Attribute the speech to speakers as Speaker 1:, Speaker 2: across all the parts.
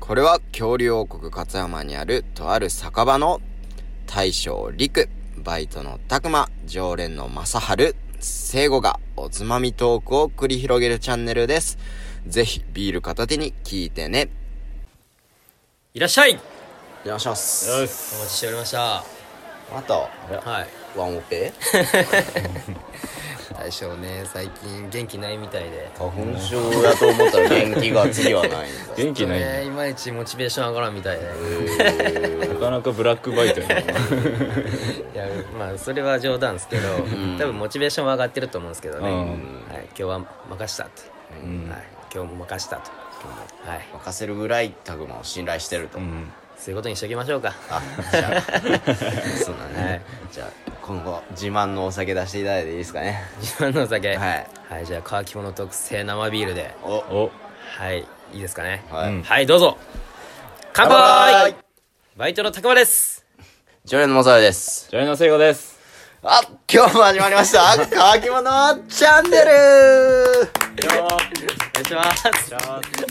Speaker 1: これは恐竜王国勝山にあるとある酒場の大将陸、バイトの拓磨、常連の正春、聖護がおつまみトークを繰り広げるチャンネルです。ぜひビール片手に聞いてね。
Speaker 2: いらっしゃいよ
Speaker 1: お願いしま
Speaker 2: し
Speaker 1: す。
Speaker 2: お待ちしておりました
Speaker 1: あと、
Speaker 2: はい
Speaker 1: ワンオペ
Speaker 2: 大将ね最近元気ないみたいで
Speaker 1: 花粉症やと思ったら元気が次はないんだ
Speaker 3: 元気ないね
Speaker 2: ねいまいちモチベーション上がらんみたいで
Speaker 3: なかなかブラックバイトやない
Speaker 2: やまあそれは冗談ですけど多分モチベーションは上がってると思うんですけどね、
Speaker 3: うん
Speaker 2: はい、今日は任したと、
Speaker 3: うん
Speaker 2: はい、今日も任したと、はい、
Speaker 1: 任せるぐらいタグマを信頼してると。
Speaker 3: うん
Speaker 2: そういうことにしときましょうか
Speaker 1: あ、じゃあ、そうだね。じゃあ、今後、自慢のお酒出していただいていいですかね。
Speaker 2: 自慢のお
Speaker 1: は
Speaker 2: 酒、
Speaker 1: いい。
Speaker 2: はい、じゃあ乾き物特製生ビールで
Speaker 1: お、
Speaker 3: お
Speaker 2: はいいいですかね
Speaker 1: はい。
Speaker 3: うん
Speaker 2: はいどうぞ乾杯バイトのたくまです
Speaker 1: 常連のまさやです。
Speaker 3: ジャイナ聖子です
Speaker 1: あ、今日も始まりました。乾き物チャンネル
Speaker 2: お願いします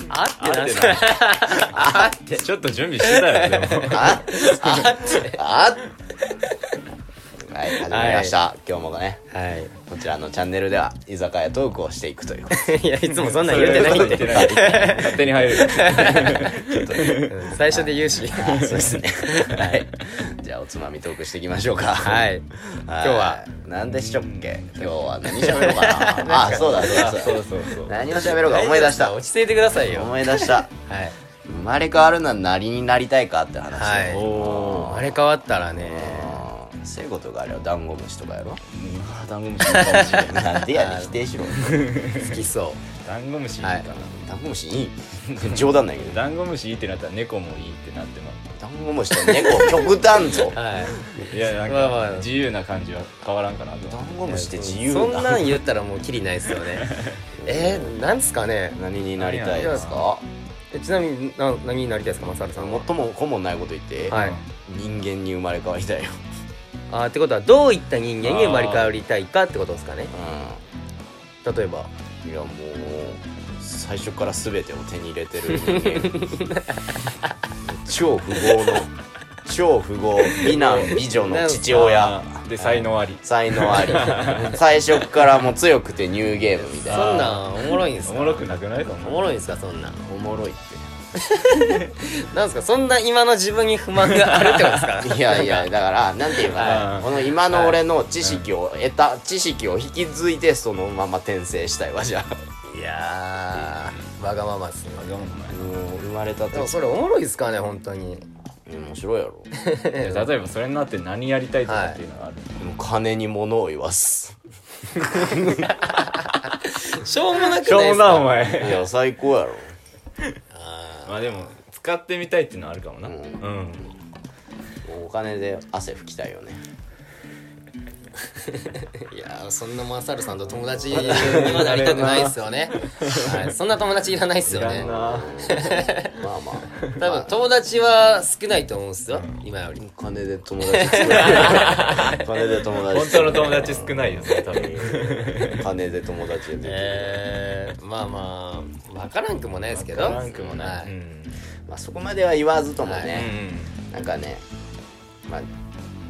Speaker 2: あってな
Speaker 3: ちょっと準備してたよでも
Speaker 1: あ、あ、あ、はい、始まりました。今日もね、
Speaker 2: はい
Speaker 1: こちらのチャンネルでは、居酒屋トークをしていくということで。
Speaker 2: いやいつもそんなん言うてないんで
Speaker 3: 勝手に入る
Speaker 2: うん最初で言うし
Speaker 1: あそうですね。はい。じゃあ、おつまみトークしていきましょうか。。
Speaker 2: はいい今日は
Speaker 1: 何でしょっけ今日は何喋ろう かな。あ、そうだ、そうだ、そう
Speaker 3: そ
Speaker 1: だ
Speaker 3: う。そうそう
Speaker 1: 何を喋ろうか思い出した。
Speaker 2: 落ち着いてくださいよ
Speaker 1: 思い出した。
Speaker 2: はい
Speaker 1: 生まれ変わるなら何になりたいかって話。
Speaker 2: はい
Speaker 3: お
Speaker 2: あれ変わったらね
Speaker 1: 聖子とかあれはダンゴムシとかやろ
Speaker 3: ーダンゴムシのかもしれない
Speaker 1: なんでやねん否定しろ
Speaker 2: 好きそ
Speaker 3: ダンゴムシいいか
Speaker 2: はい
Speaker 3: な
Speaker 1: ダンゴムシいい冗談だけど
Speaker 3: ダンゴムシいいってなったら猫もいいってなってま
Speaker 1: ダンゴムシと猫極端ぞ
Speaker 2: うはい
Speaker 3: すいやなん
Speaker 2: まあまあ
Speaker 3: か自由な感じは変わらんかなと
Speaker 1: ダ
Speaker 3: 思
Speaker 1: ンゴムシって自由
Speaker 2: そん
Speaker 1: な
Speaker 2: なん言ったらもうキリないですよねえー、なんですかね
Speaker 1: 何になりたいですか
Speaker 2: えちなみにな何になりたいですかマサルさんは
Speaker 1: 最も顧問ないこと言って、
Speaker 2: は
Speaker 3: う
Speaker 2: い
Speaker 1: 人間に生まれ変わりたいよ、
Speaker 2: あーってことはどういった人間に生まれ変わりたいかってことですかね例えば
Speaker 1: うん、いやもう最初から全てを手に入れてる人間超富豪の超富豪美男美女の父親
Speaker 3: あーで才能あり
Speaker 1: 才能 あり最初っからもう強くてニューゲームみたい
Speaker 2: そ
Speaker 1: なん
Speaker 2: なんおもろいんです
Speaker 3: お
Speaker 2: か
Speaker 3: もろくなくないと
Speaker 2: お
Speaker 3: 思
Speaker 2: も
Speaker 3: う
Speaker 2: ろいんですかそんなん
Speaker 1: おも ろいっ
Speaker 2: なんですかそんな今の自分に不満があるってことですか
Speaker 1: ていやいやだからなんていうかな、
Speaker 3: うん
Speaker 1: この今の俺の知識を得た知識を引き継いでそのまま転生したいわじゃあ
Speaker 2: いやー わがままっすね
Speaker 3: わがままや
Speaker 1: もう生まれた
Speaker 2: でも
Speaker 1: 時
Speaker 2: それおもろいですかね本当に
Speaker 1: 面白いやろ
Speaker 3: いや例えばそれになって何やりたいとかっていうのがある
Speaker 1: でも金に物を言わす
Speaker 2: しょうもなくないです
Speaker 3: しょうも
Speaker 2: か
Speaker 3: なお前
Speaker 1: いや最高やろ
Speaker 3: まあでも使ってみたいっていうのはあるかもな
Speaker 1: う
Speaker 3: うんん、
Speaker 1: お金で汗拭きたいよね
Speaker 2: いやーそんなマサルさんと友達にはなりたくないっすよ ね、はい、そんな友達いらないっす
Speaker 3: い
Speaker 2: よ
Speaker 3: ら
Speaker 2: ね
Speaker 3: んな
Speaker 1: まあまあ
Speaker 2: 多分友達は少ないと思うんすよ、今より
Speaker 1: 金で友達作る金で友達
Speaker 3: 本
Speaker 1: 作
Speaker 3: 当の
Speaker 1: る
Speaker 3: 友達少ないよそれ多分
Speaker 1: 金で友達でできる、
Speaker 2: えー、まあまあ分からんくもないですけど
Speaker 3: ランクもな、
Speaker 2: はいい
Speaker 3: うん
Speaker 1: まあ、そこまでは言わずともね、
Speaker 3: う
Speaker 1: なんかね、まあ、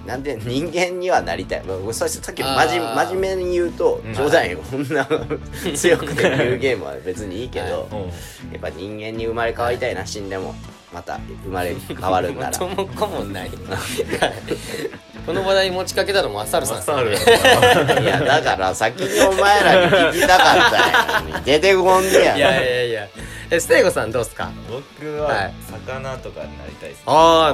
Speaker 1: なんで人間にはなりたい、まあ、俺ささっき
Speaker 2: あ
Speaker 1: 真面
Speaker 2: ー
Speaker 1: 真面目に言うと
Speaker 3: うん
Speaker 1: 冗談よ、こんな強くて言うゲームは別にいいけど、
Speaker 3: ん、おう
Speaker 1: やっぱ人間に生まれ変わりたいな死んでもまた生まれ変わるんな ら
Speaker 2: 元も子もないこの話題持ちかけたのもマサルさんっすよ
Speaker 3: ある
Speaker 1: いやだから先にお前らに聞きたかったんやのに出てこんねや
Speaker 2: いやいやいやえステイゴさんどうっすか
Speaker 3: 僕
Speaker 2: はい
Speaker 3: は魚とかになりたいです、
Speaker 2: あ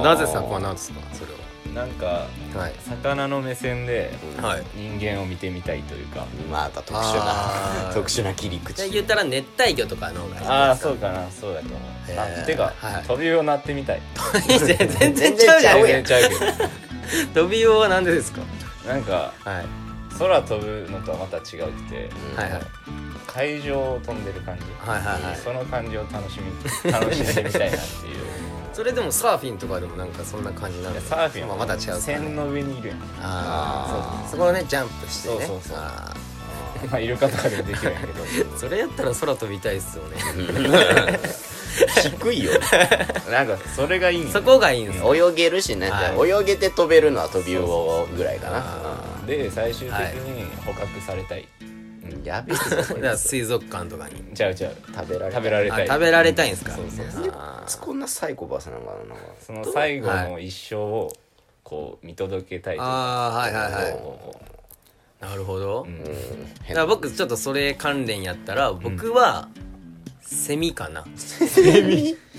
Speaker 1: あーなぜさこう
Speaker 2: なんですかそれ
Speaker 3: なんか
Speaker 2: ははい
Speaker 3: 魚の目線で
Speaker 2: はい
Speaker 3: 人間を見てみたいというか
Speaker 1: まあまた特殊
Speaker 2: あ
Speaker 1: な
Speaker 2: ー
Speaker 1: 特殊な切り
Speaker 2: じゃあ
Speaker 1: 口
Speaker 2: 言ったら熱帯魚とかの方がいい
Speaker 3: ああそうかなそうだと思う
Speaker 2: へー
Speaker 3: あてか、
Speaker 2: はい
Speaker 3: 飛びをなってみたい
Speaker 2: 全然ちゃうじゃん
Speaker 1: 全
Speaker 3: 全然ちゃうけ
Speaker 2: 飛び用はなんでですか
Speaker 3: どなんか
Speaker 2: はい
Speaker 3: 空飛ぶのとはまた違うくて
Speaker 1: うん
Speaker 2: はいはい
Speaker 3: 海上を飛んでる感じ
Speaker 2: はいはいはい
Speaker 3: その感じを楽しみ楽しんでみたいなっていう
Speaker 2: それでもサーフィンとかでもなんかそんな感じになる
Speaker 3: いやサーフィン
Speaker 2: まあま
Speaker 3: は
Speaker 2: た違うからね
Speaker 3: 線の上にいるやん
Speaker 2: あ
Speaker 1: あー
Speaker 2: あそこをねジャンプしてね
Speaker 3: そうそうそう
Speaker 2: あ
Speaker 3: まあイルカとかでもできるんやけど
Speaker 2: ーそれやったら空飛びたいっすよね
Speaker 3: 低いよなんかそれがいいんよ
Speaker 2: そこがいいんですよ
Speaker 1: 泳げるしね、
Speaker 2: はい
Speaker 1: で泳げて飛べるのは飛び魚ぐらいかな
Speaker 2: あ
Speaker 3: で最終的に捕獲されたい、
Speaker 1: うんやべえぞ
Speaker 2: ーだから水族館とかに
Speaker 3: ちゃうちゃう
Speaker 1: 食べられ
Speaker 3: 食べられた
Speaker 2: あ
Speaker 3: い
Speaker 2: 食べられたいんですか
Speaker 3: そうそうそう
Speaker 2: あー
Speaker 1: こんなサイコパスなのかななんか
Speaker 3: その最後の一生をこう見届けたいというか
Speaker 2: あーはいはいはい
Speaker 3: こう
Speaker 2: なるほど、
Speaker 3: ん
Speaker 2: だから僕ちょっとそれ関連やったら僕は、セミかなセミ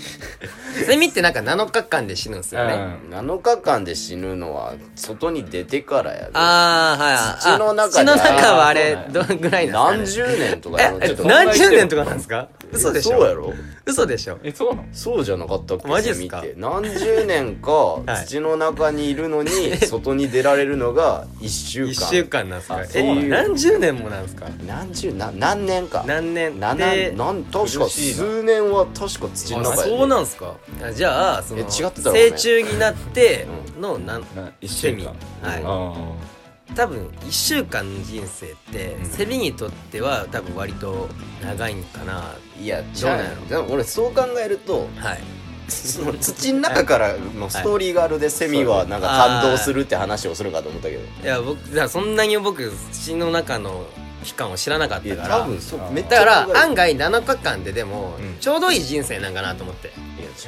Speaker 2: セミってなんか7日間で死ぬんですよね、
Speaker 3: うん
Speaker 1: 7日間で死ぬのは外に出てからやで
Speaker 2: ああはい
Speaker 1: 土の中で
Speaker 2: あ土の中はあ
Speaker 3: あ
Speaker 2: れ
Speaker 3: ー
Speaker 2: どんぐらいなん
Speaker 1: 何
Speaker 2: です
Speaker 1: 十年とかや
Speaker 2: か
Speaker 1: ろ
Speaker 2: ねえ
Speaker 1: ちょっと
Speaker 2: え何十年とかなんですか嘘でしょ
Speaker 1: そうやろ
Speaker 2: 嘘でしょ
Speaker 3: えそうなの
Speaker 1: そうじゃなかったっけ
Speaker 2: マジっすか
Speaker 1: セミって何十年か
Speaker 2: はい
Speaker 1: 土の中にいるのに外に出られるのが1週間
Speaker 2: 1週間なんですか
Speaker 1: あそうな
Speaker 2: え
Speaker 1: んだ
Speaker 2: 何十年もなんですか
Speaker 1: 何十な何年か
Speaker 2: 何年
Speaker 1: な
Speaker 2: で
Speaker 1: なん確か
Speaker 3: 苦しいな
Speaker 1: 数年は確か土の
Speaker 2: あ
Speaker 1: 中やで
Speaker 2: そうなんですかあじゃあその
Speaker 1: え違ってたろうね
Speaker 2: 成虫になってのなん
Speaker 3: 一
Speaker 2: セ
Speaker 3: 週
Speaker 2: ミ
Speaker 3: 間
Speaker 2: はい
Speaker 3: あ
Speaker 2: 多分1週間の人生って、
Speaker 3: うん
Speaker 2: セミにとっては多分割と長いんかない
Speaker 1: や
Speaker 2: ど
Speaker 1: 違
Speaker 2: う
Speaker 1: う
Speaker 2: なん
Speaker 1: や
Speaker 2: やろ
Speaker 1: ろでも俺そう考えると
Speaker 2: はい
Speaker 1: その土の中からのストーリーがあるでセミはなんか感動するって話をするかと思ったけど
Speaker 2: いや僕だからそんなに僕土の中の期間を知らなかっ
Speaker 1: い
Speaker 2: た
Speaker 1: や
Speaker 2: か
Speaker 1: 多
Speaker 2: ら
Speaker 1: 分そう
Speaker 3: あー
Speaker 1: めっち
Speaker 2: だ
Speaker 1: ゃ
Speaker 2: か
Speaker 1: 考え
Speaker 2: ら
Speaker 1: る
Speaker 2: 案外7日間ででも、
Speaker 3: うん
Speaker 2: ちょうどいい人生なんかなと思って
Speaker 1: い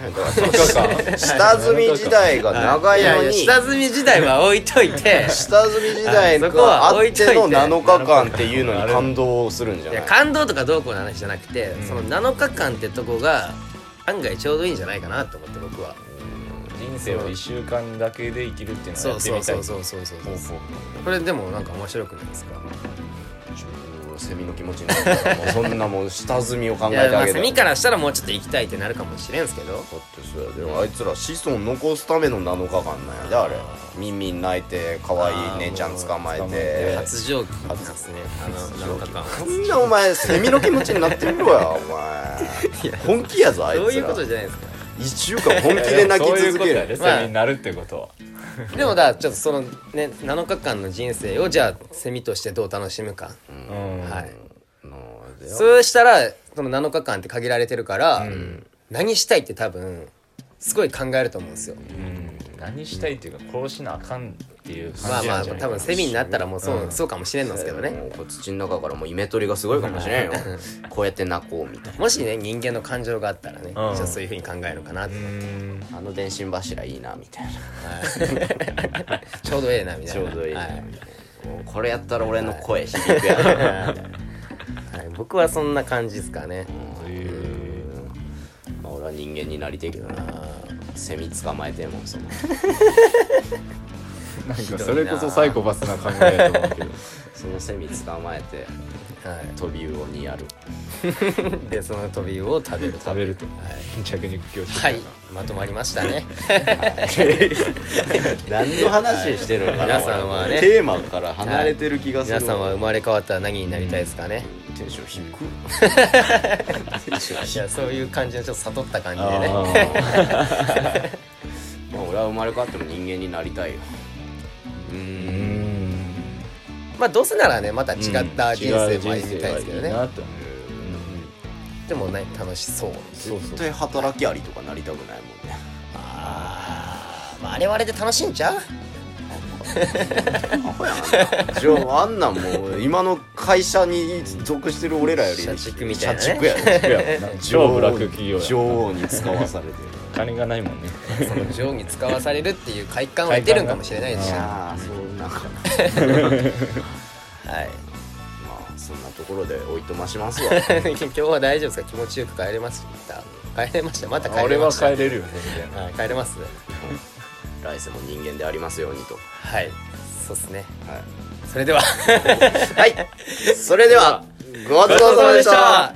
Speaker 1: や違うだ から下積み時代が長いのに
Speaker 2: 下積み時代は置いとい て
Speaker 1: 下積み時代があっての7日間っていうのに感動するんじゃ
Speaker 2: い
Speaker 1: な
Speaker 2: や
Speaker 1: い
Speaker 2: 感動とかどうこうの話じゃなくて、
Speaker 3: うん
Speaker 2: その7日間ってとこが案外ちょうどいいんじゃないかなと思って僕は
Speaker 3: 人生を一週間だけで生きるっていうのを
Speaker 2: そ
Speaker 3: や
Speaker 2: う
Speaker 3: って
Speaker 2: そ
Speaker 3: み
Speaker 2: う
Speaker 3: たい
Speaker 2: そうそうそうそう
Speaker 3: ほうほう
Speaker 2: これでもなんか面白くないですか
Speaker 1: セミの気持ちになるからもうそんなもう下積みを考
Speaker 2: い
Speaker 1: え
Speaker 2: や
Speaker 1: て
Speaker 2: ま
Speaker 1: あ
Speaker 2: あ
Speaker 1: げ
Speaker 2: セ
Speaker 1: たら
Speaker 2: ミからしたらもうちょっと行きたいってなるかもしれんすけど
Speaker 1: だってそうやでもあいつら子孫残すための7日間なんやであれミンミン泣いて可愛い姉ちゃん捕まえ
Speaker 3: あー
Speaker 1: て
Speaker 3: もう
Speaker 2: 発情期なんですねあの7日間は
Speaker 1: そんなお前セミの気持ちになってみろや お前本気やぞあいつら
Speaker 2: そういうことじゃないですか
Speaker 1: 1週間本気で泣き続け
Speaker 3: で
Speaker 1: る
Speaker 3: セミになるってことは
Speaker 2: でもだからちょっとそのね7日間の人生をじゃあセミとしてどう楽しむか、
Speaker 3: うん
Speaker 2: はい
Speaker 1: ので
Speaker 2: そうしたらその7日間って限られてるから、何したいって多分すごい考えると思うんですよ、
Speaker 3: うん何したいっていうか殺しなあかんっていう
Speaker 2: ま
Speaker 3: 感
Speaker 2: あ
Speaker 3: じ
Speaker 2: ま
Speaker 3: なん
Speaker 2: あ
Speaker 3: じゃない
Speaker 2: 多分セミになったらもうそう,、
Speaker 3: うん
Speaker 2: そうかもしれんのですけどね、
Speaker 1: もうこう土の中からもうイメトリがすごいかもしれんよこうやって泣こうみたいな
Speaker 2: もしね人間の感情があったらね、じゃあそういうふうに考えるかなって、
Speaker 3: うん
Speaker 1: あの電信柱いいなみたいな
Speaker 2: ちょうどええなみたいなは
Speaker 1: はいもうこれやったら俺の声響くやろなみたいな
Speaker 2: はい僕はそんな感じですかね、
Speaker 1: まあ俺は人間になりてえけどなセミ捕まえてえもんそ の
Speaker 3: なんかそれこそサイコパスな考えやと思うけど
Speaker 1: そのセミ捕まえて
Speaker 2: はい
Speaker 1: 飛び魚にやる
Speaker 2: でそのトビウオを食べる
Speaker 3: 食べると着肉気をつけて
Speaker 2: はいまとまりましたね
Speaker 1: 何の話してるのかな
Speaker 2: 皆さんはね
Speaker 1: テーマから離れてる気がする
Speaker 2: 皆さんは生まれ変わったら何になりたいですかね、
Speaker 1: テンション低く
Speaker 2: いやそういう感じのちょっと悟った感じで
Speaker 3: あ
Speaker 2: ね
Speaker 3: ー
Speaker 1: まあ俺は生まれ変わっても人間になりたいようー
Speaker 3: うんん
Speaker 2: まあどうせならねまた違った人生も
Speaker 3: 違う
Speaker 2: 歩みたいですけどね、
Speaker 3: 人生がいいなと思
Speaker 2: でもね楽しそう
Speaker 3: うそう
Speaker 1: 絶対働きありとかなりたくないも んね
Speaker 2: あー、まあ、あれはあれで楽しいん ちゃう
Speaker 1: アホやなじゃああんなんもう今の会社に属してる俺らより
Speaker 2: 社畜みたいなね
Speaker 1: 社畜やね
Speaker 3: ういや超ブラック企業や
Speaker 1: 女王に使わされてる
Speaker 3: 金がないもんね
Speaker 2: その女王に使わされるっていう快感は出るんかもしれないですし、
Speaker 3: 快感
Speaker 2: は
Speaker 1: ああそうなんかまあそんなところでおいとましますわ
Speaker 2: い、 今日は大丈夫ですか気持ちよく帰れました帰れましたまた帰
Speaker 3: 俺
Speaker 2: れ
Speaker 3: は
Speaker 2: ました
Speaker 3: 帰れるよ全然
Speaker 2: はい、帰れます
Speaker 1: 来世も人間でありますようにと
Speaker 2: はいそうっすね
Speaker 1: はい
Speaker 2: それでは
Speaker 1: はい、それではごちそうさまでした